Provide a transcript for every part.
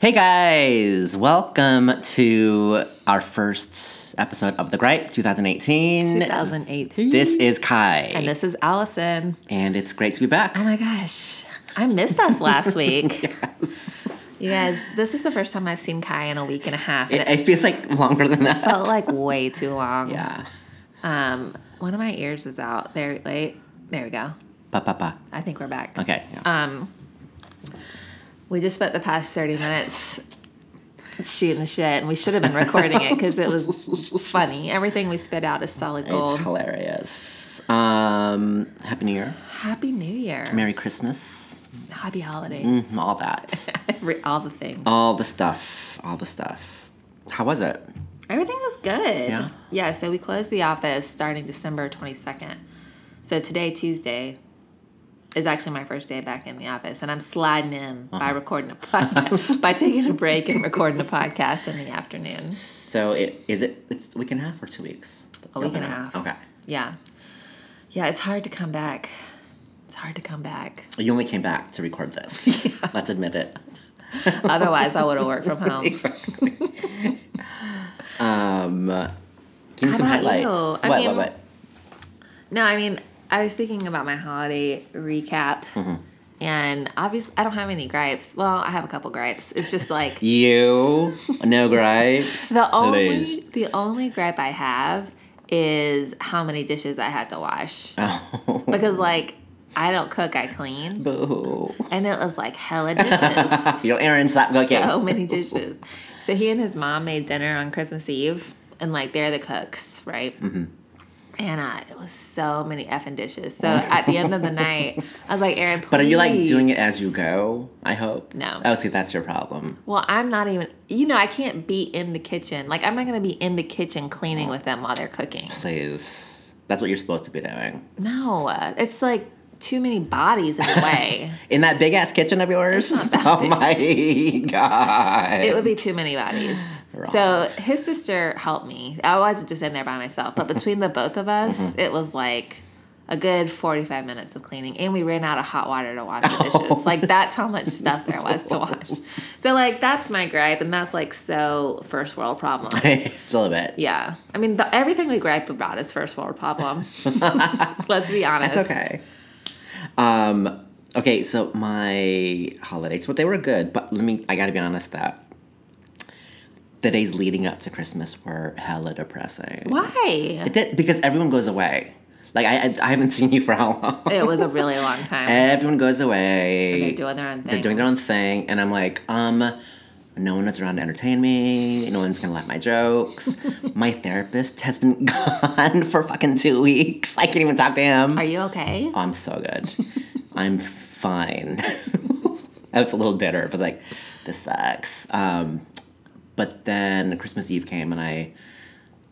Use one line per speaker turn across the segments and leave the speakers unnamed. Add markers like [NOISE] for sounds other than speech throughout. Hey guys, welcome to our first episode of The Gripe 2018.
2018.
This is Kai.
and this is Allison.
And it's great to be back.
Oh my gosh, I missed us
[LAUGHS]
last week. You guys, this is the first time I've seen Kai in a week and a half, and
It,
it,
it feels like longer than that.
felt like way too long.
yeah.
Um, one of my ears is out. There, wait, there we go.
Pa pa pa.
I think we're back.
Okay. yeah.
Um, we just spent the past thirty
[LAUGHS]
minutes shooting the shit, and we should have been recording it because it was
[LAUGHS]
funny. Everything we spit out is solid
it's
gold.
hilarious. Um, Happy New Year.
Happy New Year.
Merry
[LAUGHS]
Christmas.
Happy holidays.
Mm, All that.
[LAUGHS] Every, all the things.
all the stuff. All the stuff. How was it?
Everything was good.
Yeah.
Yeah, so we closed the office starting December 22nd. So today, Tuesday, is actually my first day back in the office, and I'm sliding in by recording a [LAUGHS] podcast, by taking a break and recording a podcast in the afternoon.
So it is it it's a week and a half or two weeks?
A week and a half.
Okay.
Yeah. Yeah, it's hard to come back. It's hard to come back.
You only came back to record
[LAUGHS]
this. Let's admit it.
Otherwise, I would have worked from home. [LAUGHS]
Exactly. um, give me
How
some
about
highlights.
you?
What,
I
what,
mean-
what?
No, I mean, I was thinking about my holiday recap, and obviously, I don't have any gripes. Well, I have a couple gripes. It's just like
You? No gripes?
[LAUGHS] The only
Please.
the only gripe I have is how many dishes I had to wash
Oh,
because like I don't cook, I clean, [LAUGHS]
boo.
and it was like
[LAUGHS]
hella dishes,
Your errands stop cooking.
so many dishes. So he and his mom made dinner on Christmas Eve, and like they're the cooks, right?
Mm-hmm.
And uh, it was so many effing dishes. So at the end of the night, I was like, Aaron, please.
But are you like doing it as you go? I hope.
No.
Oh, see, that's your problem.
Well, I'm not even. You know, I can't be in the kitchen. Like I'm not gonna be in the kitchen cleaning with them while they're cooking.
Please. That's what you're supposed to be doing.
No, uh, it's like too many bodies in
[LAUGHS]
a way.
In that big ass kitchen of yours? [LAUGHS] Oh
[LAUGHS]
my God. [LAUGHS]
it would be too many bodies.
Wrong.
So his sister helped me. I wasn't just in there by myself, but between the both of us,
Mm-hmm.
it was like a good 45 minutes of cleaning and we ran out of hot water to
[LAUGHS]
wash the dishes like that's how much stuff there was to wash so like that's my gripe and that's like so first world problem
[LAUGHS] a little bit.
yeah i mean the, everything we gripe about is first
[LAUGHS]
world problem let's be honest
It's okay. Um, okay, so my holidays, but they were good. But let me, I gotta be honest that the days leading up to Christmas were hella depressing.
why
It did- because everyone goes away. Like, I, I, I haven't [LAUGHS] seen you for how long?
it was a really long time
everyone goes away.
They're doing their own thing.
They're doing their own thing, and I'm like, um, no one is around to entertain me. No one's gonna laugh my [LAUGHS] jokes. my therapist has been [LAUGHS] gone for fucking two weeks. I can't even talk to him.
Are you okay?
I'm so
[LAUGHS]
good. I'm fine. [LAUGHS] I was a little bitter. I was like, this sucks. Um, but then Christmas Eve came and I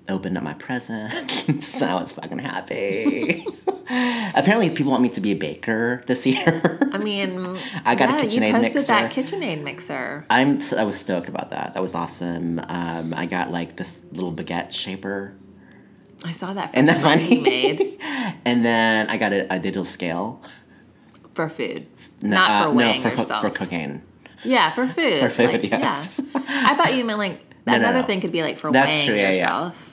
opened up my presents. [LAUGHS] and I was fucking
[LAUGHS]
happy. Apparently, people want me to be a baker this year.
I mean,
I got a
yeah,
KitchenAid
You posted that
mixer.
KitchenAid mixer.
I'm t- I was stoked about that. That was awesome. Um, I got like this little baguette shaper.
I saw that.
Isn't that
one
funny?
You made
and then I got a, a digital scale.
for food,
No,
not
uh,
for weighing
no, for, cook-
yourself.
for cooking.
yeah, for food. For
food, yes.
Yeah. I thought you meant like
[LAUGHS] no,
another
no.
thing could be like for
That's
weighing
true, yeah, yeah.
yourself.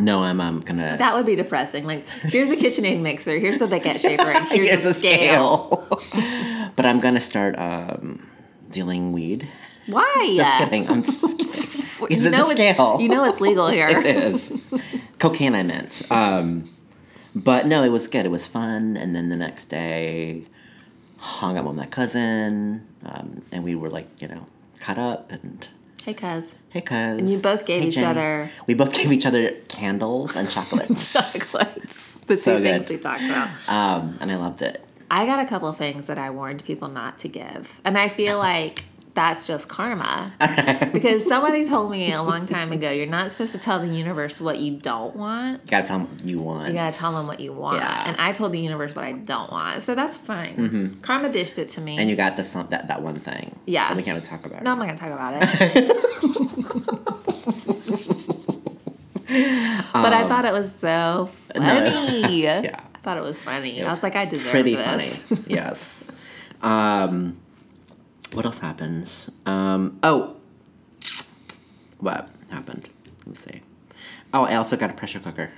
No, I'm um, gonna.
That would be depressing. Like, here's a KitchenAid mixer. Here's a
[LAUGHS]
baguette shaper. And here's,
Here's
a scale.
[LAUGHS] but I'm gonna start um, dealing weed.
Why?
Just kidding. I'm just
[LAUGHS]
kidding. Is
you
it
know
a scale?
It's, you know it's legal
[LAUGHS] it
here.
is. Cocaine, I meant. Um, but no, it was good. It was fun. And then the next day, hung out with my cousin, um, and we were like, you know, caught up and.
hey, [LAUGHS] cuz.
Hey, cuz.
you both gave
Hey,
each
Jenny.
other-
We both gave each other candles and
[LAUGHS]
chocolates,
Chocolates. The two
So good.
things we talked about.
um, and I loved it. [LAUGHS]
I got a couple of things that I warned people not to give. And
[LAUGHS]
I feel like that's just karma. because somebody told me a long time ago, you're not supposed to tell the universe what you don't want.
You gotta tell 'em what you want.
You gotta tell them what you want.
Yeah. Mm-hmm.
And I told the universe what I don't want. So that's fine. Karma dished it to me.
And you got the some that that one thing.
Yeah.
That we can't talk about.
no, I'm not gonna talk about it.
[LAUGHS]
but I thought it was so
Um, no, [LAUGHS] it
funny.
was, yeah.
I thought it was funny. I
was
was like, I deserve
pretty
this. [LAUGHS]
funny. yes. Um, what else happened? Um, oh, what happened. Let me see. Oh, I also got a pressure cooker.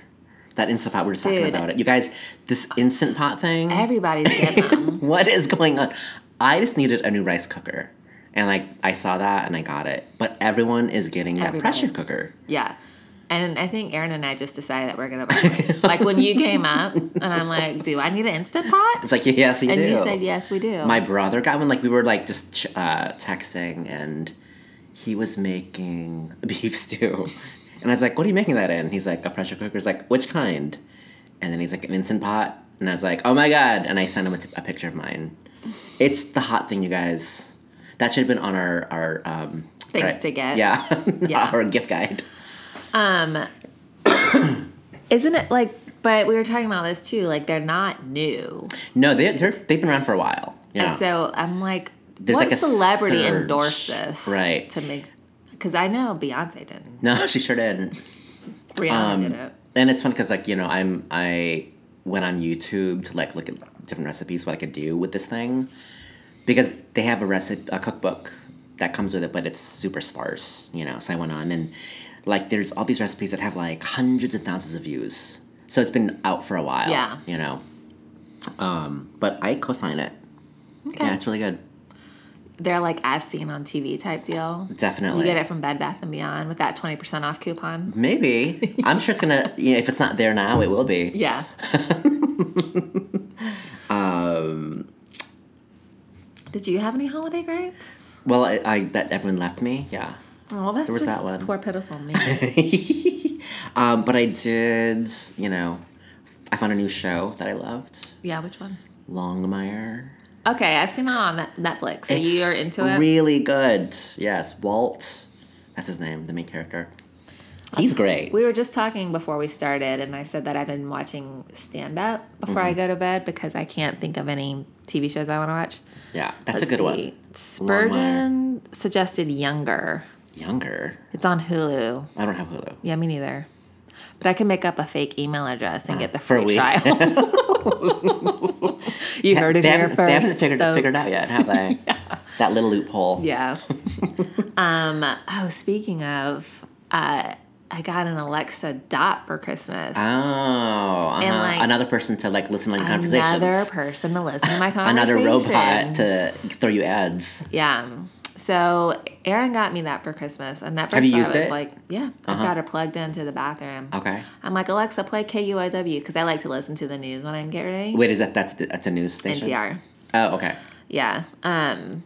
That instant pot we were just talking
Dude.
about it. You guys, this instant pot thing.
Everybody's getting
[LAUGHS]
them.
what is going on? I just needed a new rice cooker. And like I saw that and I got it. But everyone is getting that
Everybody.
pressure cooker.
Yeah. And I think Aaron and I just decided that we're gonna buy
[LAUGHS]
one. like when you came up and I'm like, do I need an instant pot?
It's like [LAUGHS] yes, you
And
do.
you said yes we do.
My brother got one. Like we were like just ch- uh, texting, and he was making [LAUGHS] beef stew, and I was like, "What are you making that in?" He's like, "A pressure cooker." I was like, "Which kind?" And then he's like, "An instant pot," and I was like, "Oh my god!" And I sent him a, t- a picture of mine. It's the hot thing, you guys. That should have been on our our um,
Things to get.
Yeah, [LAUGHS]
Yeah.
our gift guide.
um [COUGHS] Isn't it like but we were talking about this too, like they're not new.
No, they they're, they've been around for a while. Yeah.
And so I'm like
There's
what
like a
celebrity
surge.
endorsed this?
Right.
To make because I know Beyonce didn't.
no, [LAUGHS] she sure did.
Rihanna
Um,
didn't.
and it's fun because like you know i'm i went on youtube to like look at different recipes what i could do with this thing because they have a recipe a cookbook that comes with it but it's super sparse you know so i went on and like there's all these recipes that have like hundreds and thousands of views so it's been out for a while
Yeah.
you know um but i co-sign it
Okay.
yeah it's really good
They're like as seen on TV type deal.
definitely
You get it from Bed Bath and Beyond with that twenty percent off coupon. [LAUGHS]
maybe i'm sure it's gonna you know if it's not there now it will be
Yeah.
[LAUGHS] Um,
Did you have any holiday grapes?
well I, I that everyone left me yeah
Oh, that's
was
just
that one.
poor pitiful
[LAUGHS]
me.
um, but I did, you know, I found a new show that I loved,
yeah, which one?
Longmire.
Okay, I've seen that on Net- Netflix. So you're
It's
into it.
Really good. Yes, Walt. That's his name, the main character. He's great.
we were just talking before we started, and I said that I've been watching stand up before
Mm-hmm.
I go to bed because I can't think of any TV shows I want to watch.
Yeah, that's a
Let's
good
see.
one.
Spurgeon suggested Younger.
Younger.
It's on Hulu.
I don't have Hulu.
Yeah, me neither. But I can make up a fake email address and get the
Uh, for a
free
week. [LAUGHS]
trial. you heard it
They
here
haven't,
first.
they haven't figured,
folks.
figured out yet, have
[LAUGHS]
they? That little loophole. [LAUGHS]
Yeah. um. Oh, speaking of, uh, I got an Alexa Dot for Christmas.
Oh, uh-huh.
like,
another person to like listen to my conversations.
Another person to listen to my
[LAUGHS] another
conversation.
robot to throw you ads.
Yeah. So Aaron got me that for Christmas, and that first
you
thought
used
was
it? Uh-huh.
like, yeah, I've got her plugged into the bathroom.
Okay.
I'm like Alexa, play KUOW because I like to listen to the news when I'm getting ready.
Wait, is that that's the, that's a news station?
NPR.
Oh, okay.
Yeah. Um,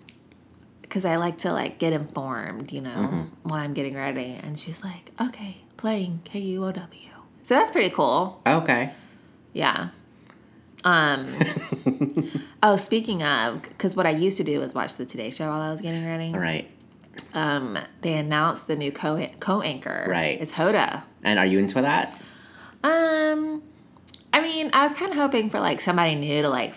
because I like to like get informed, you know,
Mm-hmm.
while I'm getting ready. And she's like, okay, playing KUOW. So that's pretty cool.
Oh, Okay.
Yeah.
[LAUGHS]
Um. oh, speaking of, because what I used to do was watch the Today Show while I was getting ready.
All right.
Um, they announced the new co co anchor.
Right.
It's Hoda.
And are you into that?
Um, I mean, I was kind of hoping for like somebody new to like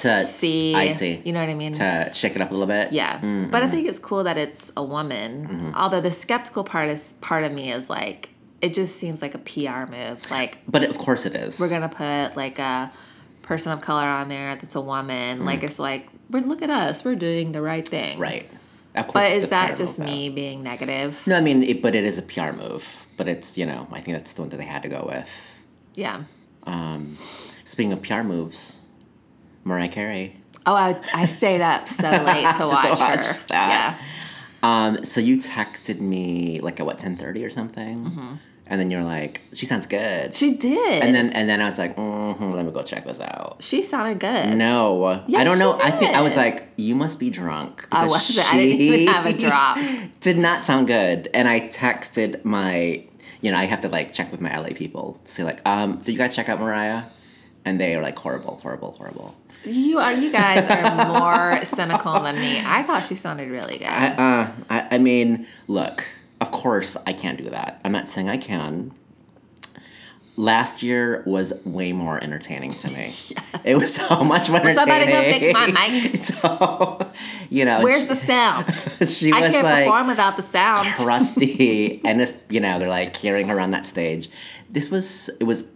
To
see.
I see. Mm,
You know what I mean?
to shake it up a little bit.
Yeah, but I think it's cool that it's a woman.
Mm-hmm.
Although the skeptical part is part of me is like it just seems like a PR move. Like
But of course it is.
we're gonna put like a person of color on there that's a woman. Like it's like we're look at us, we're doing the right thing.
Mm. right. Of course.
But
it's
is
a
that
PR
just
move, though.
me being negative?
[LAUGHS] No, I mean, it, but it is a PR move. But it's you know, I think that's the one that they had to go with.
Yeah.
Um, speaking of PR moves, Mariah Carey.
Oh, I, I stayed up
[LAUGHS]
so late
Just
to
to
watch,
watch
her.
that. Um, so you texted me like at what ten thirty or something,
Mm-hmm.
and then you're like, "She sounds
Yeah,
good,"
she did.
and then and then I was like, hmm "Let me go check this out."
she sounded good.
No,
Yes,
I don't know.
she
I think I was
did.
like, you must be drunk.
I
because
wasn't. [LAUGHS] I didn't even
she
have a drop.
[LAUGHS] Did not sound good, and I texted my, you know, I have to like check with my LA people to say like, um, did you guys check out Mariah? And they are like horrible, horrible, horrible.
You are. You guys are
[LAUGHS]
more cynical than me. I thought she sounded really good.
I, uh, I, I mean, look, of course I can't do that. I'm not saying I can. Last year was way more entertaining to
[LAUGHS]
me. It was so much more entertaining.
Somebody go fix my mics.
[LAUGHS] So, you know,
Where's the sound?
[LAUGHS] she
I
was
can't
like
perform without the sound.
crusty
[LAUGHS]
and this you know they're like carrying her on that stage this was it was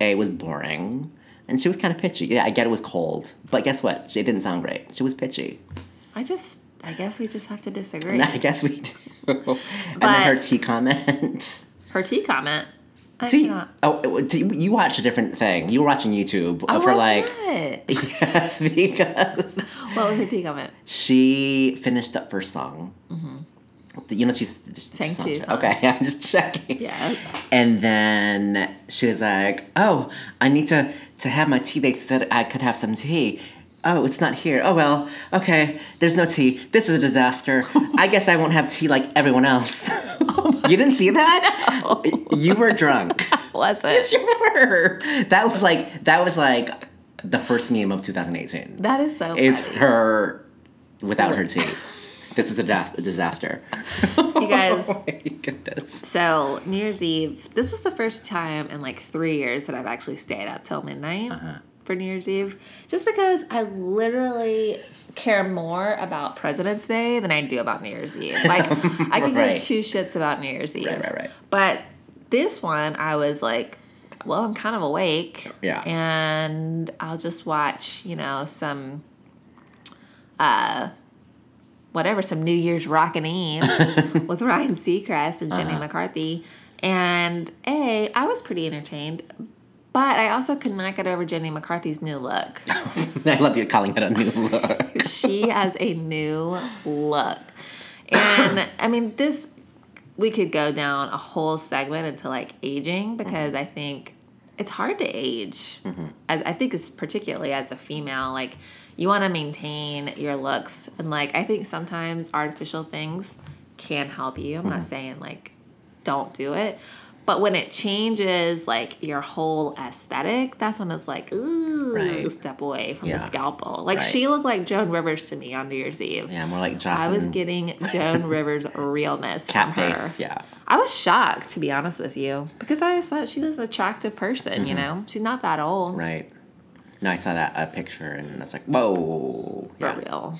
a it was boring and she was kind of pitchy yeah i get it was cold but guess what she didn't sound great she was pitchy [LAUGHS]
I just. I guess we just have to disagree. [LAUGHS]
And i guess we and then her tea comment.
Her tea comment. I
See,
cannot-
oh, it was- you watched a different thing. You were watching YouTube
I
of her
was
like,
not.
[LAUGHS] yes, because
What was her tea comment?
she finished that first song. You know, she's
Mm-hmm. Sang
she's-
two songs.
Okay, [LAUGHS] I'm just checking.
Yeah.
And then she was like, "Oh, I need to to have my tea. They said I could have some tea. Oh, it's not here. Oh well. Okay, there's no tea. This is a disaster. I guess I won't have tea like everyone
[LAUGHS]
else. [LAUGHS] you didn't see that? You were
[LAUGHS]
drunk.
Was it?
Sure. That was like that was like the first meme of 2018.
That is so.
It's her without her tea. This is a, das- a disaster.
You guys-
[LAUGHS] Oh my goodness.
So New Year's Eve, this was the first time in like three years that I've actually stayed up till midnight
Uh-huh.
for New Year's Eve, just because I literally care more about President's Day than I do about New Year's Eve. Like I could
Right.
give two shits about New Year's Eve,
Right, right, right.
But this one, I was like, well, I'm kind of awake,
Yeah.
and I'll just watch, you know, some. uh Whatever, some New Year's Rockin'
[LAUGHS]
Eve with Ryan Seacrest and
Uh-huh.
Jenny McCarthy. And A, I was pretty entertained, but I also could not get over Jenny McCarthy's new look.
I love you calling it a new look.
she has a new look. And I mean, this, we could go down a whole segment into like aging because
Mm-hmm.
I think it's hard to age. As, I think it's particularly as a female, like you want to maintain your looks. And like, I think sometimes artificial things can help you. I'm not
Mm-hmm.
saying like don't do it. But when it changes like your whole aesthetic, that's when it's like, ooh,
Right.
step away from
Yeah.
the scalpel. Like
Right.
she looked like Joan Rivers to me on New Year's Eve.
Yeah, more like Jocelyn.
I was getting
[LAUGHS]
Joan Rivers realness from her.
Catface, yeah.
I was shocked to be honest with you because I just thought she was an attractive person. You know, she's not that old
Mm-hmm. Right. No, I saw that uh, picture and I was like, whoa.
for
Yeah.
real.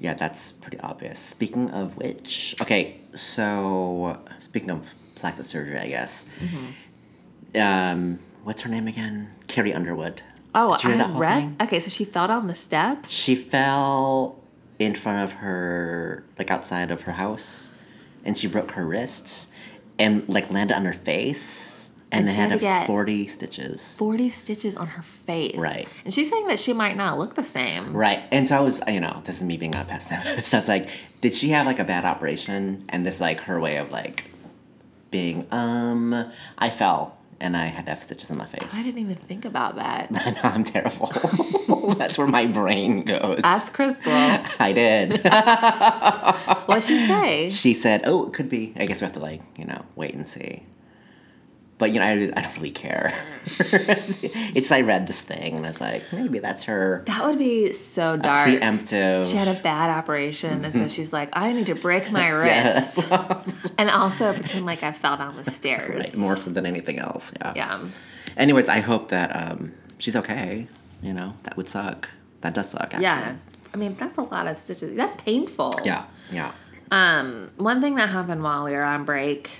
yeah, that's pretty obvious. Speaking of which, okay, so speaking of plastic surgery, I guess.
Mm-hmm.
Um, what's her name again? Carrie Underwood.
Oh,
Did you hear that
I
whole
read.
thing?
Okay, so she fell down the steps.
She fell in front of her, like outside of her house, and she broke her wrists and like landed on her face, and,
And
they
she
had,
had to
a
get-
forty stitches.
Forty stitches on her face.
Right.
And she's saying that she might not look the same.
Right. And so I was, you know, this is me being a [LAUGHS] pessimist. I was like, did she have like a bad operation? And this like her way of like being, um, I fell and I had to have stitches in my face.
I didn't even think about that.
[LAUGHS] I know I'm terrible. That's where my brain goes.
Ask Crystal.
[LAUGHS] I did. [LAUGHS]
What'd she say?
she said, oh, it could be. I guess we have to like, you know, wait and see. But, you know, I, I don't really care. [LAUGHS] it's, I read this thing and I was like, maybe that's her
That would be so dark.
preemptive.
she
[LAUGHS]
had a bad operation,
Mm-hmm.
and so she's like, I need to break my wrist. and also pretend like I fell down the
[LAUGHS]
stairs.
Right, more so than anything else. Yeah.
Yeah.
Anyways, I hope that um, she's okay. You know, that would suck. That does suck. Actually.
Yeah. I mean, that's a lot of stitches. That's painful.
Yeah. Yeah.
Um, one thing that happened while we were on break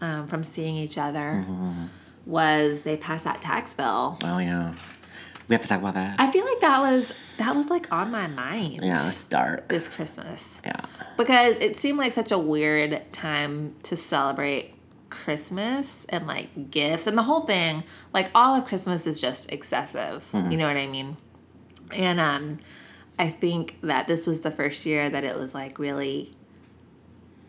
um, from seeing each other
Mm-hmm.
was they passed that tax bill.
Oh yeah. We have to talk about that.
I feel like that was that was like on my mind
yeah, it's dark.
this Christmas.
Yeah.
because it seemed like such a weird time to celebrate Christmas and like gifts and the whole thing. Like all of Christmas is just excessive. You know what I mean? And um I think that this was the first year that it was like really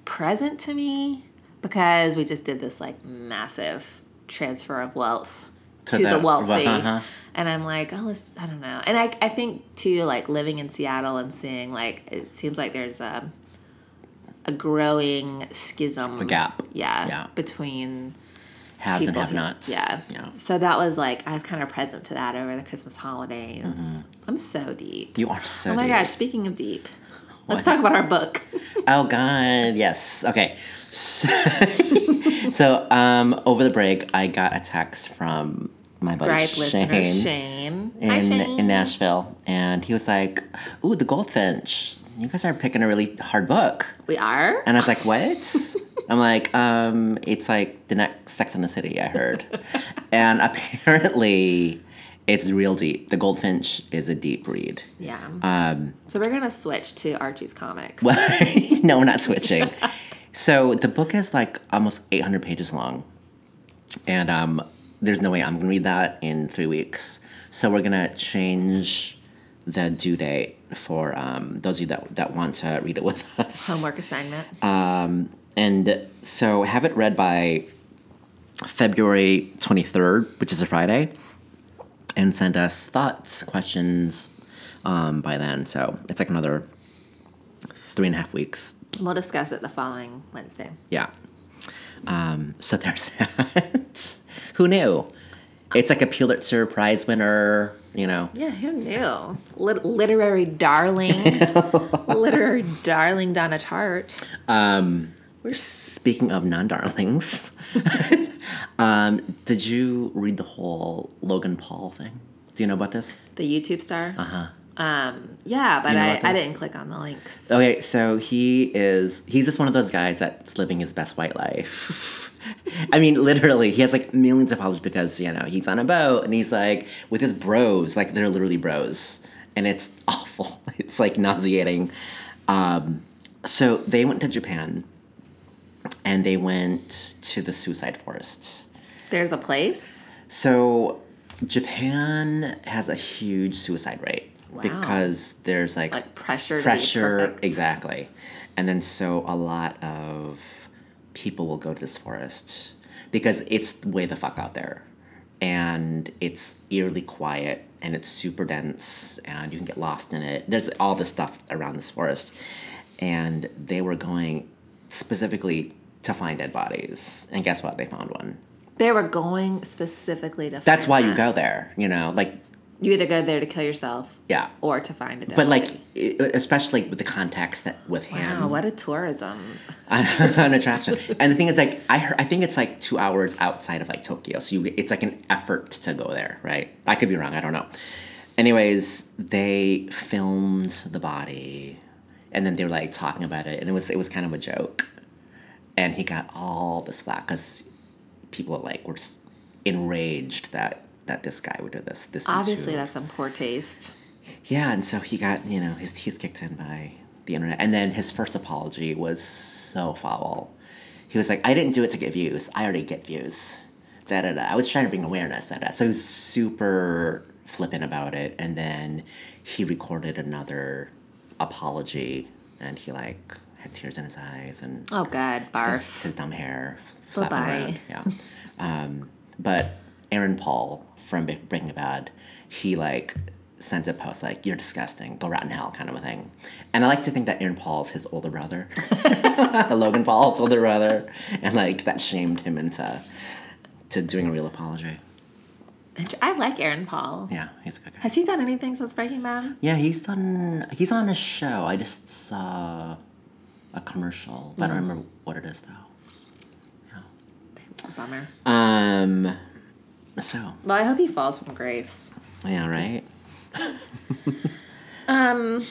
present to me because we just did this like massive transfer of wealth
To
to,
the-
the wealthy.
uh-huh.
And I'm like, oh, let's, I don't know. And I, I think too, like living in Seattle and seeing, like, it seems like there's um, a, a growing schism.
A gap.
Yeah.
Yeah.
Between
Haves and
people
have
who-
nots.
Yeah.
Yeah.
So that was like, I was kind of present to that over the Christmas holidays. I'm so deep.
You are Mm-hmm. so.
oh my
deep.
gosh, speaking
[LAUGHS]
of deep, let's talk about our book.
Oh god. Yes. Okay. So, [LAUGHS] so, um, over the break, I got a text from my buddy
Gripe
Shane.
listener Shane.
in,
Hi, Shane.
in Nashville, and he was like, "Ooh, The Goldfinch. You guys are picking a really hard book."
we are?
And I was like,
[LAUGHS]
"What?" I'm like, um, "It's like the next Sex in the City." I heard, and apparently, it's real deep. The Goldfinch is a deep read.
Yeah.
um,
so we're gonna switch to Archie's comics.
[LAUGHS] no, we're not switching. So the book is like almost 800 pages long. And um, there's no way I'm going to read that in three weeks. So we're going to change the due date for um, those of you that, that want to read it with [LAUGHS] us.
Homework assignment.
Uh, And so have it read by February 23rd, which is a Friday, and send us thoughts, questions um, by then. So it's like another three and a half weeks.
we'll discuss it the following Wednesday.
Yeah. Um, so there's [LAUGHS] that. Who knew? It's like a Pulitzer Prize winner, you know.
Yeah, who knew? Lit- literary darling,
[LAUGHS]
literary darling Donna Tartt.
Speaking of non darlings, [LAUGHS] um, did you read the whole Logan Paul thing? Do you know about this?
the YouTube star. Uh huh. Um, yeah, but
Uh-huh. you know
I,
about
I
this?
didn't click on the links.
Okay, so he is he's just one of those guys that's living his best white life. [LAUGHS] I mean, literally, he has like millions of followers because, you know, he's on a boat and he's like with his bros, like they're literally bros. And it's [LAUGHS] awful. It's like nauseating. Um, so they went to Japan and they went to the suicide forest.
There's a place.
So Japan has a huge suicide rate because there's like
Like pressure to be
pressure
perfect.
exactly and then so a lot of people will go to this forest because it's way the fuck out there and it's eerily quiet and it's super dense and you can get lost in it there's all this stuff around this forest and they were going specifically to find dead bodies and guess what they found one
They were going specifically to.
that's
find
why you
that.
go there you know like
You either go there to kill yourself
yeah
or to find it.
but like e- especially with the context that with him
wow, what a tourism!
[LAUGHS] an attraction. And the thing is, like, I heard, I think it's like two hours outside of like Tokyo, so you it's like an effort to go there, right? I could be wrong. I don't know. Anyways, they filmed the body, and then they were like talking about it, and it was it was kind of a joke, and he got all this flack because people like were s- enraged that that this guy would do this. This into-
Obviously, that's some poor taste.
yeah, and so he got, you know, his teeth kicked in by the internet. And then his first apology was so foul. He was like, I didn't do it to get views. I already get views. Da da da. I was trying to bring awareness. Da da. So he was super flippant about it. And then he recorded another apology and he like had tears in his eyes and
Oh God, barf!
his, his dumb hair f- flapping
Bye-bye.
around. Yeah. [LAUGHS] Um, but Aaron Paul from Bi- Breaking Bad, he like sends a post like "You're disgusting, go rot in hell" kind of a thing. And I like to think that Aaron Paul's his older brother, [LAUGHS] Logan Paul's older brother, and like that shamed him into to doing a real apology.
And I like Aaron Paul.
Yeah, he's a good guy.
Has he done anything since Breaking Bad?
Yeah, he's done. He's on a show. I just saw a commercial, but I
Hmm.
don't remember what it is though.
Bummer.
Um, so
Well, I hope he falls from grace.
Yeah, right?
[LAUGHS] Um.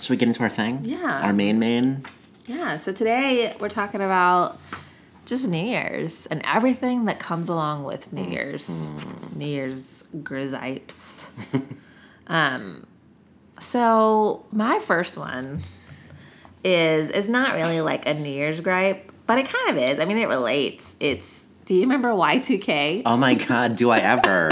Should we get into our thing?
Yeah.
Our main main?
Yeah, so today we're talking about just New Year's and everything that comes along with
Mm-hmm.
New Year's. New Year's
[LAUGHS]
grisipes. um, so my first one is is not really like a New Year's gripe, but it kind of is. I mean, it relates. It's do you remember Y2K?
Oh
[LAUGHS]
my god, do I ever?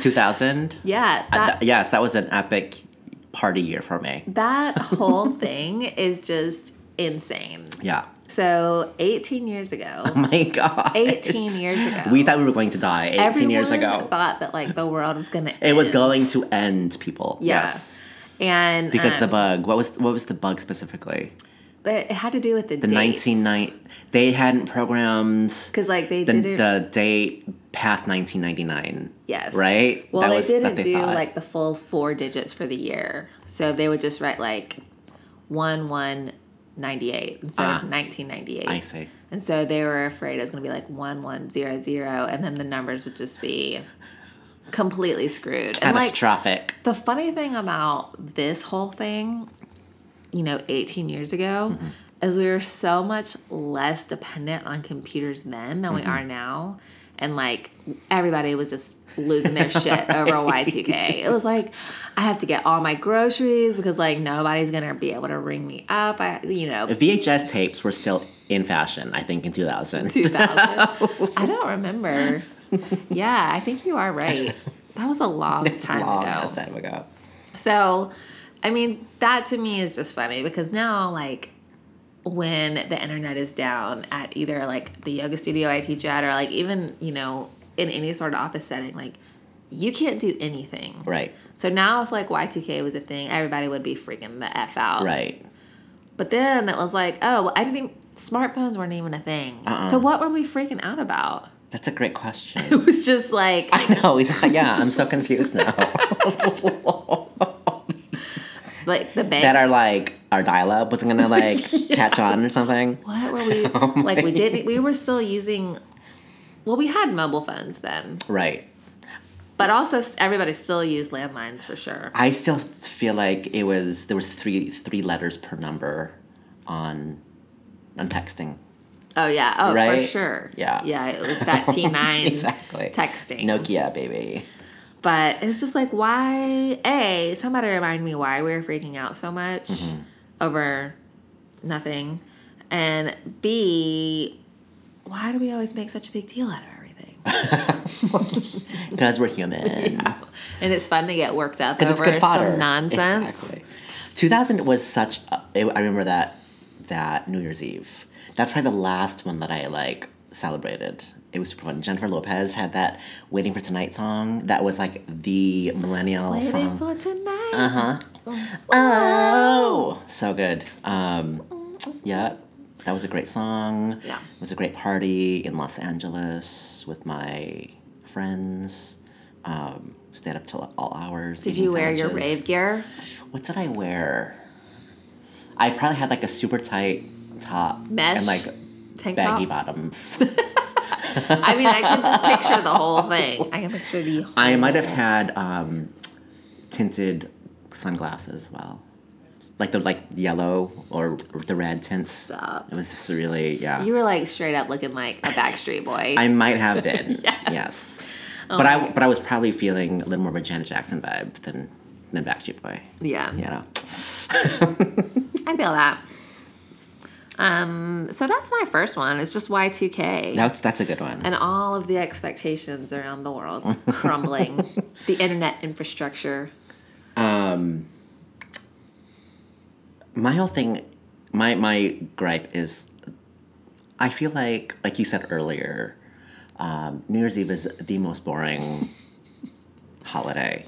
2000?
yeah,
Uh,
that,
th- yes, that was an epic party year for me. [LAUGHS]
that whole thing is just insane.
Yeah. Oh
So 18
[LAUGHS]
years ago,
My god.
18 years ago.
We thought we were going to die 18
Everyone
years ago.
thought that like the world was gonna.
it was
end.
going to end, people.
Yeah.
Yes.
and
Because the
um,
bug. What was what was the bug specifically?
but it had to do with the
The 1990 they hadn't programmed
because like they
the,
didn't
the date past 1999.
yes
right?
well
That
they
was- that
didn't
they
do
thought.
like the full four digits for the year so they would just write like one one ninety eight instead
Ah.
of nineteen ninety
I
eight
see.
and so they were afraid it was gonna be like one one zero zero and then the numbers would just be completely screwed and like
Catastrophic.
The funny thing about this whole thing, you know, 18 years ago, is we were so much less dependent on computers then than we are now. and like everybody was just losing their shit over Y2K. It was like I have to get all my groceries because like nobody's gonna be able to ring me up. I you know
VHS tapes were still in fashion, I think, in 2000.
2000. I don't remember. Yeah, I think you are right. That was a long time
Long
ago.
ass time ago.
So, I mean, that to me is just funny because now, like, when the internet is down at either like the yoga studio I teach at or like even, you know, in any sort of office setting, like, you can't do anything.
Right,
So now, if like Y2K was a thing, everybody would be freaking the F out.
right.
But then it was like, oh, well, I didn't even, smartphones weren't even a thing.
Uh-uh.
So what were we freaking out about? [LAUGHS]
That's a great question.
It was just like,
I know. He's yeah. I'm so confused
[LAUGHS]
now.
like the bank
that our like our dial-up wasn't gonna
[LAUGHS]
like catch on or something. [LAUGHS]
What were we
Oh
like? We didn't. We were still using. Well, we had mobile phones then,
Right.
but also s- everybody still used landlines for sure.
I still feel like it was there was three three letters per number on on texting.
Oh yeah. Oh for
Right?
sure.
Yeah.
Yeah. It
[LAUGHS]
was that T nine
Exactly.
texting.
Nokia baby.
But it's just like why? A somebody remind me why we were freaking out so much
Mm-hmm.
over nothing, and B why do we always make such a big deal out of everything?
Because we're
[LAUGHS]
human.
and it's fun to get worked up
Because it's
over
good fodder.
some nonsense.
Exactly. 2000 was such. A, it- I remember that that New Year's Eve. That's probably the last one that I like celebrated. It was super fun. Jennifer Lopez had that "Waiting for Tonight" song. That was like the millennial
Waiting
song.
for tonight.
oh, so good. Um, yeah, that was a great song.
Yeah.
it was a great party in Los Angeles with my friends. Um, stayed up till all hours.
Did you wear your rave gear?
What did I wear? I probably had like a super tight top
Mesh
and like
Tank
baggy
top.
bottoms.
[LAUGHS] I mean, I can just picture the
[LAUGHS]
whole thing. I can picture the. Whole
I might have had um, tinted sunglasses as well, like the like yellow or the red tints.
Stop.
It was just really yeah.
You were like straight up looking like a Backstreet Boy.
I might have
[LAUGHS]
been yes,
Oh
but I but I was probably feeling a little more of a Janet Jackson vibe than than Backstreet Boy.
yeah,
You know,
I feel that. Um, so that's my first one. It's just Y two K
that's that's a good one.
and all of the expectations around the world
[LAUGHS]
crumbling, the internet infrastructure.
um my whole thing my my gripe is i feel like like you said earlier um, new year's eve is the most boring [LAUGHS] holiday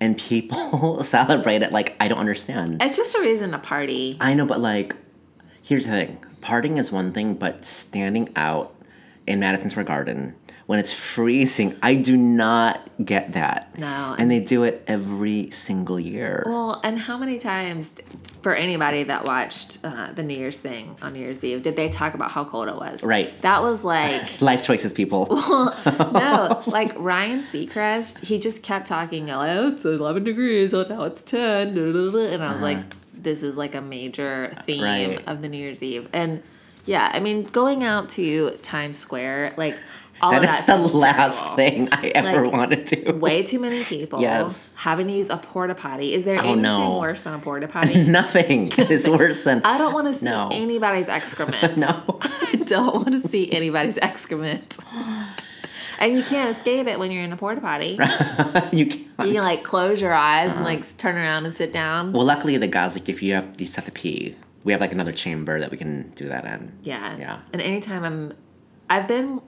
and people [LAUGHS] celebrate it like i don't understand
It's just a reason to party.
I know, but like, here's the thing: parting is one thing, but standing out in Madison Square Garden when it's freezing, I do not get that.
No,
and they do it every single year.
Well, and how many times, for anybody that watched uh, the New Year's thing on New Year's Eve, did they talk about how cold it was?
Right.
That was like,
Life choices, people. [LAUGHS]
no, like Ryan Seacrest, he just kept talking, like, oh, it's 11 degrees, oh, now it's 10. da, da, da, da," And I was like, this is like a major theme
Uh-huh. Right.
of the New Year's Eve. And yeah, I mean, going out to Times Square, like, all of
that is
that
the
stuff is
last
terrible.
thing I ever
Like,
want to do.
Way too many people
Yes. Oh,
having to use a porta potty. Is there anything
no.
worse than a porta
[LAUGHS]
potty?
[LAUGHS] Nothing is worse than
I don't want to see
No.
anybody's
[LAUGHS]
excrement.
no.
[LAUGHS]
[LAUGHS]
I don't want to see
[GASPS]
anybody's excrement. And you can't escape it when you're in a porta potty.
you can't.
You can like close your eyes and like s- turn around and sit down.
Uh-huh. Well, luckily, the guys like if you have these set to pee, we have like another chamber that we can do that in.
yeah.
Yeah.
And anytime I'm, I've been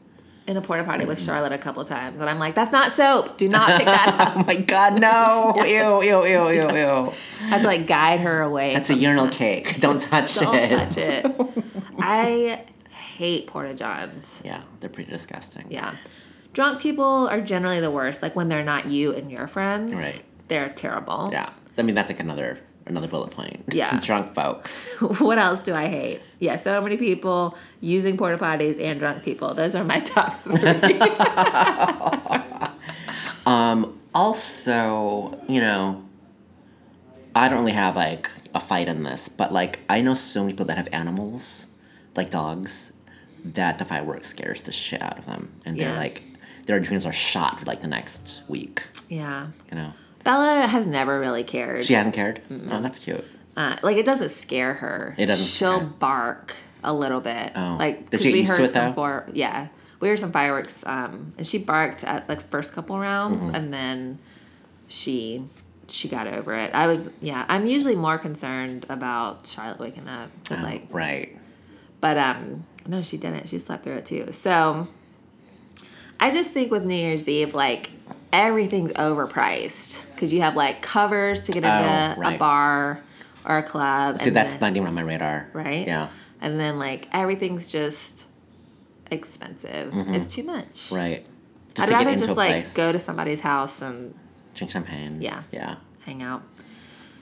in a porta potty with Charlotte a couple times, and I'm like, that's not soap. Do not pick that
[LAUGHS]
up.
Oh my God, [LAUGHS] no! Ew, ew, ew, ew, ew.
I have to like guide her away.
That's a urinal cake. [LAUGHS] Don't touch
Don't
it.
touch it. I hate porta johns.
Yeah, they're pretty disgusting.
Yeah. Drunk people are generally the worst. Like when they're not you and your friends.
Right.
They're terrible.
Yeah. I mean, that's like another another bullet point.
Yeah.
[LAUGHS] Drunk folks.
[LAUGHS] what else do I hate? Yeah, so many people using porta potties and drunk people. Those are my top
[LAUGHS]
three.
Also, you know, I don't really have like a fight in this, but like I know so many people that have animals, like dogs, that the fireworks scares the shit out of them, and they're
Yeah.
like, their adrenals are shot for like the next week.
Yeah.
You know,
Bella has never really cared.
she hasn't cared. Oh, that's cute.
uh, like it doesn't scare her.
It doesn't
She'll
scare her.
bark a little bit.
Oh.
Like
Does
'cause
she get
we
used to
heard
it, though?
some for yeah. We heard some fireworks, um, and she barked at like first couple rounds,
Mm-hmm.
and then she she got over it. I was yeah. I'm usually more concerned about Charlotte waking up. It's
Oh,
like
right.
but um, no, she didn't. She slept through it too. So I just think with New Year's Eve, like everything's overpriced because you have like covers to get into
Oh, right.
a bar or a club.
See, that's not even on my radar.
right.
Yeah.
And then like everything's just expensive. It's too much.
Mm-hmm. Right.
I'd rather just like go to somebody's house and
drink champagne.
Yeah.
Yeah.
hang out.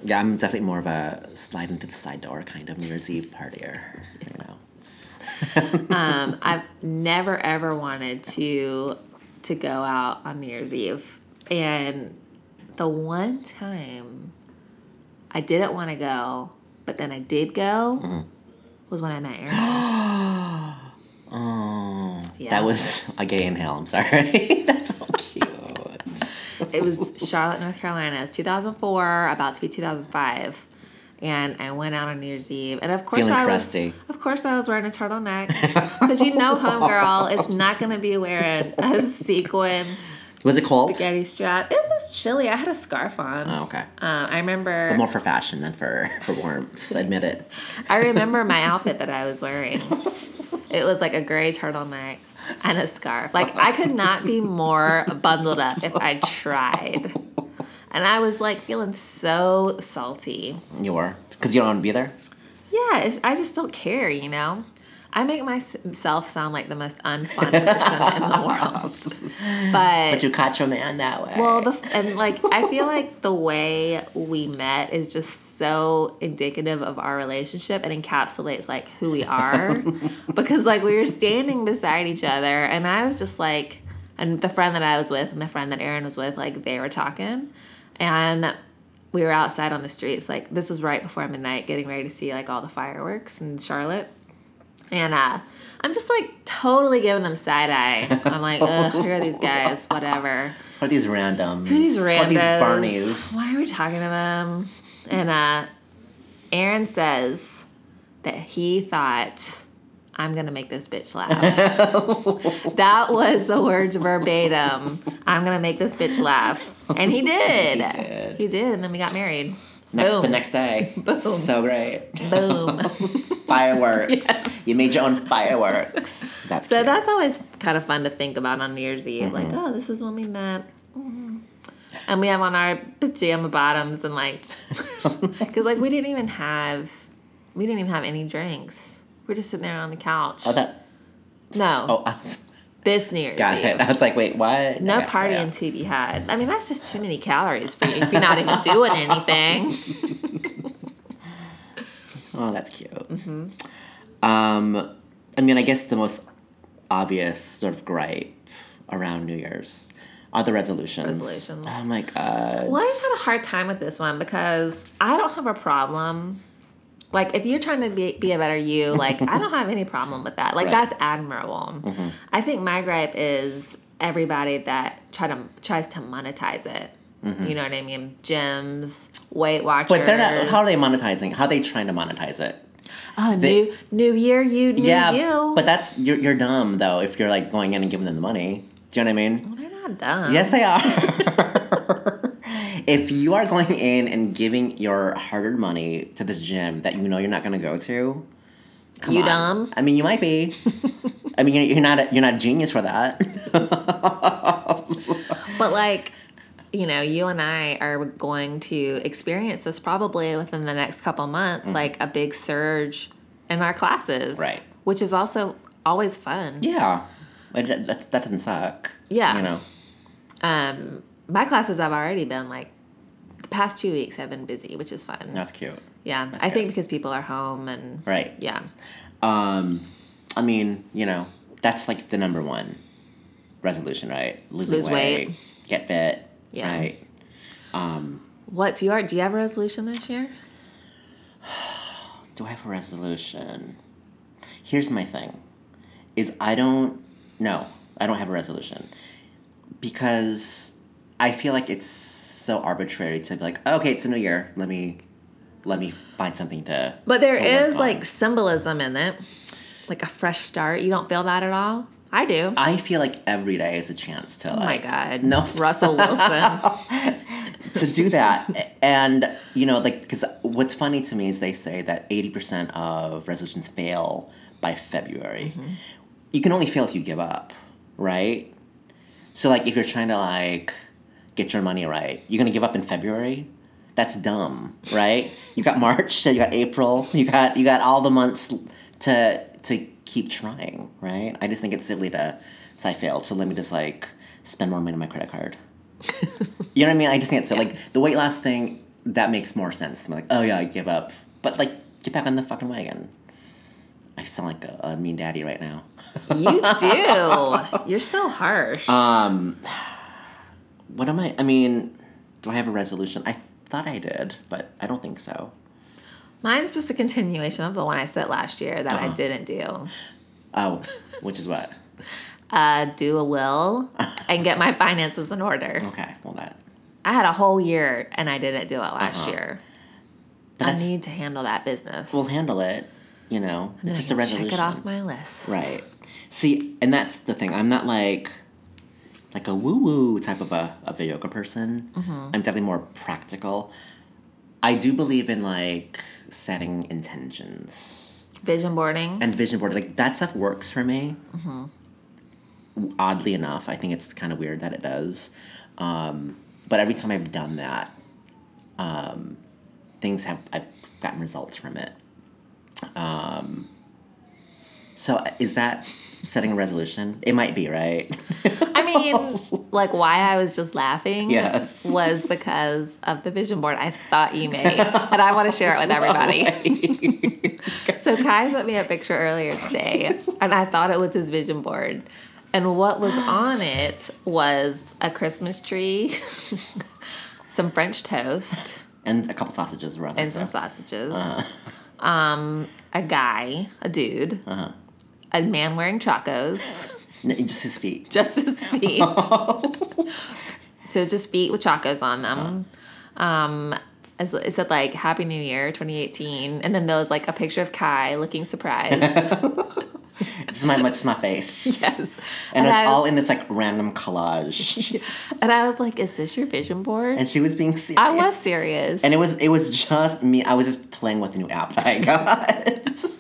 Yeah, I'm definitely more of a slide into the side door kind of New Year's Eve partier. You know.
Um, I've never ever wanted to to go out on New Year's Eve, and the one time I didn't want to go, but then I did go,
Mm-hmm.
was when I met Aaron.
Oh,
Yeah.
that was a gay in hell. I'm sorry. [LAUGHS] That's so cute.
it
[LAUGHS]
was Charlotte, North Carolina. It's 2004, about to be 2005. And I went out on New Year's Eve, and of course
Feeling
I
crusty. [LAUGHS]
was, of course I was wearing a turtleneck, because you know,
[LAUGHS]
homegirl is not going to be wearing a sequin
Was it cold?
spaghetti strap. It was chilly. I had a scarf on.
Oh, okay.
Um, I remember.
More for fashion than for for
[LAUGHS]
warmth. Admit it.
I remember my outfit that I was wearing. It was like a gray turtleneck and a scarf. Like I could not be more bundled up if I tried. And I was like feeling so salty.
You were because you don't want to be there.
Yeah, it's, I just don't care, you know? I make myself sound like the most unfun person in the world.
[LAUGHS] But you caught your man that way.
Well, the and like I feel like the way we met is just so indicative of our relationship and encapsulates like who we are because like we were standing beside each other and I was just like and the friend that I was with and the friend that Aaron was with like they were talking and we were outside on the streets like this was right before midnight getting ready to see like all the fireworks in Charlotte and uh, I'm just like totally giving them side eye. I'm like, ugh, here are these guys, whatever.
what are these randoms?
Who are these
What are these
randos?
Barneys?
Why are we talking to them? And uh, Aaron says that he thought, I'm going to make this
[LAUGHS]
bitch laugh. that was the words verbatim. I'm going to make this bitch laugh. And he did. He
did.
He did. And then we got married.
[LAUGHS] Next,
[LAUGHS] Boom.
the next day. So great.
Boom.
[LAUGHS] Fireworks.
[LAUGHS] Yes.
You made your own fireworks. That's
So
cute.
that's always kind of fun to think about on New Year's Eve. Like,
Mm-hmm.
oh, this is when we met. Mhm. And we have on our pajama bottoms and like,
[LAUGHS]
because like we didn't even have, we didn't even have any drinks. We're just sitting there on the couch.
Oh, that.
no,
Oh, I was.
this New Year's
Got
Eve.
it. [LAUGHS] I was like, wait, what?
No
Okay,
partying to be had. I mean, that's just too many calories for you if you're not even doing
[LAUGHS]
anything.
yeah. Oh, that's cute.
Mm-hmm.
Um, I mean, I guess the most obvious sort of gripe around New Year's are the resolutions.
Resolutions.
Oh my god.
Well, I just had a hard time with this one because I don't have a problem. Like, if you're trying to be, be a better you, like, I don't have any problem with that. Like,
Right. Mm-hmm.
that's admirable. I think my gripe is everybody that try to tries to monetize it. You know what I mean? Gyms, Weight Watchers.
Mm-hmm. But they're not. How are they monetizing? How are they trying to monetize it?
Oh,
they-
new New Year, you, new
Yeah,
you.
but that's you're, you're dumb though if you're like going in and giving them the money. Do you know what I mean?
they're not dumb.
Yes, they
[LAUGHS]
are. if you are going in and giving your hard-earned money to this gym that you know you're not going to go to, come
You
on.
dumb?
I mean, you might be. I mean, you're, you're not a, you're not a genius for that. [LAUGHS]
But like, you know, you and I are going to experience this probably within the next couple months, like a big surge in our classes.
Right.
Which is also always fun.
yeah, But that, that that doesn't suck.
Yeah.
you know.
Um my classes have already been like the past two weeks have been busy, which is fun.
That's cute.
yeah. I think because people are home and
Right.
yeah.
Um, I mean, you know, that's like the number one resolution, right? Losing
Lose weight.
get fit,
Yeah.
right?
What's your do you have a resolution this year?
Do I have a resolution? Here's my thing: is I don't no, I don't have a resolution. because I feel like it's so arbitrary to be like, okay, it's a new year. Let me let me find something to.
But there
to work
is
on."
like symbolism in it, like a fresh start. You don't feel that at all. I do.
I feel like every day is a chance to
oh my
like
God.
no.
Russell [LAUGHS] Wilson.
to do that. [LAUGHS] and you know, like, because what's funny to me is they say that eighty percent of resolutions fail by February. You can only fail if you give up, right? So like, if you're trying to like get your money right, you're gonna give up in February. That's dumb, right? you got March, you got April, you got you got all the months to to keep trying, right? I just think it's silly to say I failed, so let me just like spend more money on my credit card. You know what I mean? I just can't say like the weight loss thing that makes more sense to me. Like, oh yeah, I give up, but like get back on the fucking wagon. I sound like a, a mean daddy right now. [LAUGHS]
you do. You're so harsh.
Um, what am I? I mean, do I have a resolution? I thought I did, but I don't think so.
Mine's just a continuation of the one I set last year that
Uh-huh.
I didn't do. [LAUGHS]
Oh, which is what?
Uh, do a will and get my finances in order.
Okay, well that.
I had a whole year and I didn't do it last
Uh-huh.
year.
But
I
that's,
need to handle that business.
we'll handle it. You know,
Then
it's
I
just a
can
resolution.
Check it off my list.
Right. See, and that's the thing. I'm not like like a woo woo type of a, of a yoga person. I'm definitely more practical. I do believe in like setting intentions
Vision
[LAUGHS]
boarding.
and vision board. Like that stuff works for me. Oddly enough, I think it's kind of weird that it does. Um, but every time I've done that, um, things have I've gotten results from it. Um, So is that setting a resolution? It might be,
[LAUGHS]
right?
I mean, like why I was just laughing
Yes.
was because of the vision board I thought you made, and I want to share it
[LAUGHS]
with
Oh,
everybody. so Kai sent me a picture earlier today, and I thought it was his vision board. And what was on it was a Christmas tree, [LAUGHS] some French toast,
and a couple sausages were on
and some sausages, um, a guy, a dude,
Uh-huh.
a man wearing chacos,
No, just his feet. [LAUGHS]
just his feet.
Oh.
So just feet with chacos on them. Um, as it said like Happy New Year 2018, and then there was like a picture of Kai looking surprised.
This is my much my
[LAUGHS]
face.
yes,
And,
and,
it's
I was,
all in this like random
[LAUGHS]
collage.
and I was like, "Is this your vision board?"
and she was being serious.
I was serious,
And it was it was just me. I was just playing with the new app that I
[LAUGHS]
got. that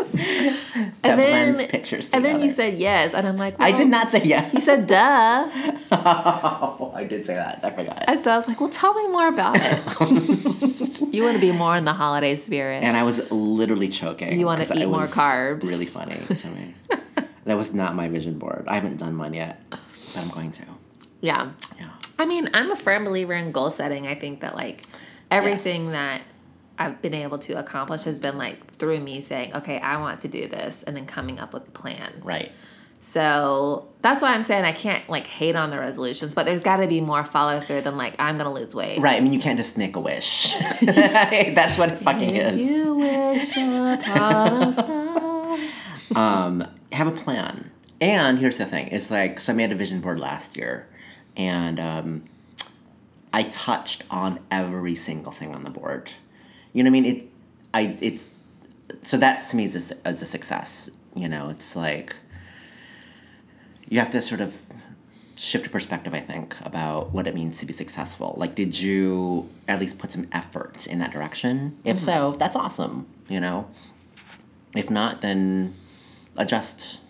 And then-
blends pictures
and
together.
then you said yes, and I'm like,
I
well-
did not say
[LAUGHS]
yes.
You said duh,
oh, [LAUGHS] I did say that. I forgot.
and so I was like, "Well, tell me more about it."
[LAUGHS]
you want to be more in the holiday spirit.
And I was literally choking.
You wanna
'cause
eat
it
more
was
carbs.
Really funny to
[LAUGHS]
me. that was not my vision board. I haven't done one yet, but I'm going to.
yeah,
Yeah.
I mean, I'm a firm believer in goal setting. I think that like everything
Yes.
that I've been able to accomplish has been like through me saying, "Okay, I want to do this," and then coming up with a plan.
Right.
So that's why I'm saying I can't like hate on the resolutions, but there's got to be more follow through than like I'm gonna lose weight.
Right. I mean, you can't just make a wish. [LAUGHS]
[LAUGHS]
That's what it fucking
If
is.
You wish upon a star.
Um, have a plan. And here's the thing: it's like so. I made a vision board last year, and um, I touched on every single thing on the board. You know what I mean? It. I. It's. So that to me is a, su- is a success. You know, it's like you have to sort of shift your perspective, I think, about what it means to be successful. Like, did you at least put some effort in that direction? If so, that's awesome, you know? If not, then adjust,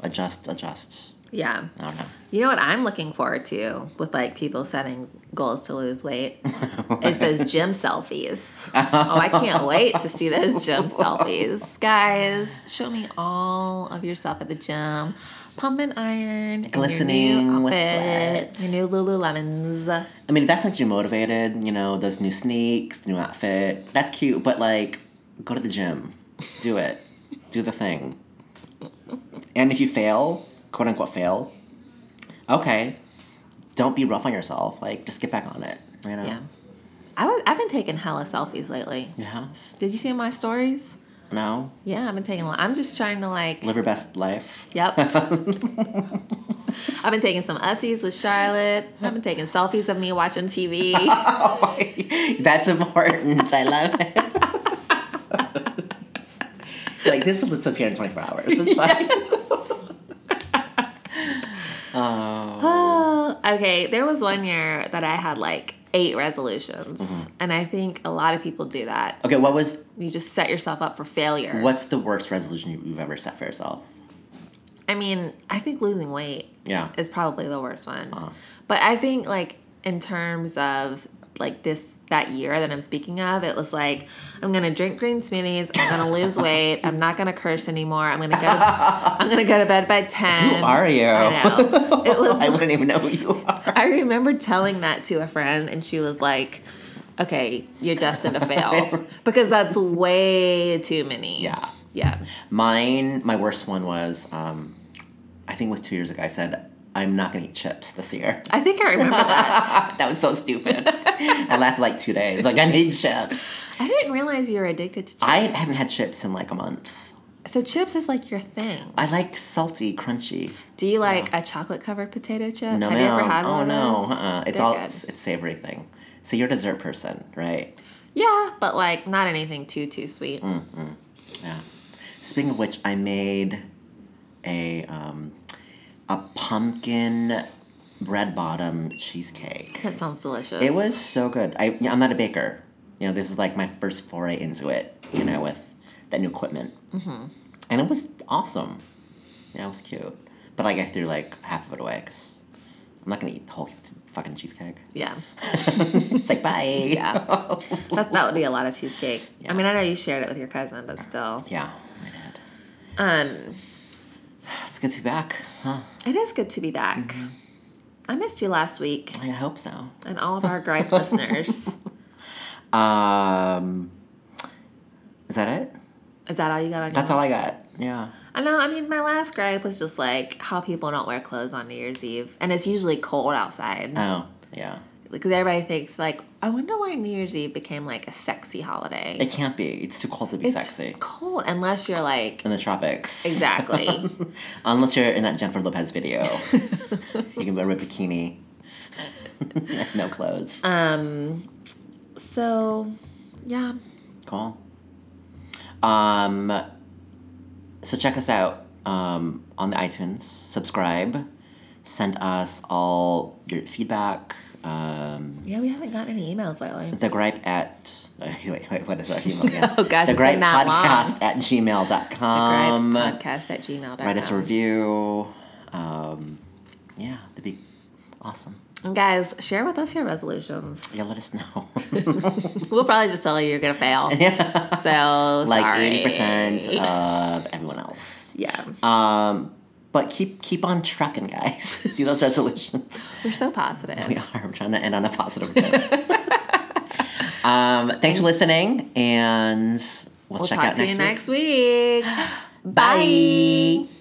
adjust, adjust.
Yeah.
I don't know.
You know what I'm looking forward to with like people setting goals to lose weight
[LAUGHS]
is those gym selfies. Oh, I can't wait to see those
[LAUGHS]
gym selfies. Guys, show me all of yourself at the gym. Pumping iron, in your
Glistening
new
with
outfit,
sweat. Oh.
your new Lululemons.
I mean, if that's not you motivated, you know, those new sneaks, new outfit, that's cute, but like, go to the gym, do it, do the thing. And if you fail, quote unquote fail, okay, don't be rough on yourself. Like, just get back on it, you know?
Yeah, I was, I've been taking hella selfies lately.
You have?
Did you see my stories?
No?
Yeah, I've been taking. a lot. I'm just trying to like.
Live your best life?
Yep. I've been taking some ussies with Charlotte. I've been taking selfies of me watching TV.
[LAUGHS] That's important. I love it. [LAUGHS] like this will disappear in twenty four hours. It's fine. [LAUGHS] Oh.
Oh, okay. There was one year that I had like eight resolutions, and I think a lot of people do that.
Okay, what was
You just set yourself up for failure.
what's the worst resolution you- you've ever set for yourself?
I mean, I think losing weight
Yeah.
is probably the worst one. But I think like in terms of like this that year that I'm speaking of, it was like I'm gonna drink green smoothies. I'm gonna lose weight. I'm not gonna curse anymore. I'm gonna
[LAUGHS]
go. I'm gonna go to bed by ten.
Who are you?
Um, I know.
[LAUGHS]
It was
I wouldn't even know who you are.
I remember telling that to a friend, and she was like, "Okay, you're destined
[LAUGHS]
to fail because that's way too many."
Yeah.
yeah.
Mine, my worst one was, um, I think it was two years ago. I said, I'm not gonna eat chips this year.
I think I
[LAUGHS]
remember that.
that was so stupid. I lasted like two days. Like, I need chips.
I didn't realize you were addicted to chips.
I haven't had chips in like a month.
so chips is like your thing.
I like salty, crunchy.
Do you like a chocolate covered potato chip?
No,
Have
ma'am.
you ever had
oh,
one?
no.
Of those?
Uh-uh. It's
They're
all
good.
it's, it's savory thing. So you're a dessert person, right?
Yeah, but like not anything too too sweet.
Mm. Yeah. Speaking of which, I made a um, a pumpkin bread bottom cheesecake.
That sounds delicious.
It was so good. I yeah, I'm not a baker. You know, this is like my first foray into it. You know, with that new equipment, mm-hmm. and it was awesome. Yeah, it was cute. But like, I threw like half of it away because I'm not gonna eat the whole fucking cheesecake. [LAUGHS]
Yeah,
it's like bye.
yeah. that, that would be a lot of cheesecake.
Yeah.
I mean, I know you shared it with your cousin, but still.
Yeah, I did.
Um,
It's good to be back, huh?
It is good to be back.
Mm-hmm.
I missed you last week
I hope so.
and all of our
[LAUGHS]
gripe listeners.
Um, is that it?
Is that all you got on your
That's all I
list?
got. Yeah.
I know, I mean, my last gripe was just like how people don't wear clothes on New Year's Eve. And it's usually cold outside.
Oh, yeah.
Because everybody thinks, like, I wonder why New Year's Eve became like a sexy holiday.
It can't be. It's too cold to be
it's
sexy
cold unless
[LAUGHS]
you're like,
in the tropics.
exactly.
[LAUGHS] Unless you're in that Jennifer Lopez video, you can wear a bikini, [LAUGHS] no clothes.
um, so, yeah.
Cool. Um, so check us out um, on the iTunes. Subscribe. Send us all your feedback. Um,
Yeah, we haven't gotten any emails lately.
the gripe at [LAUGHS] wait wait what is our email [LAUGHS]
[LAUGHS]
again?
Oh, gosh,
the
it's been that long.
podcast at gmail.com.
gripe podcast at gmail.com.
Write us a review. Um, yeah, that'd be awesome.
And guys, share with us your resolutions.
Yeah, let us know.
[LAUGHS] We'll probably just tell you you're gonna fail.
yeah.
So
Like
sorry.
eighty percent of everyone else.
Yeah,
Um, but keep keep on trucking, guys. [LAUGHS] Do those resolutions.
we're so positive.
We are. I'm trying to end on a positive
[LAUGHS]
note. um, thanks for listening, and we'll,
We'll
check
talk
out
to
[GASPS]
you
next week.
next week.
Bye.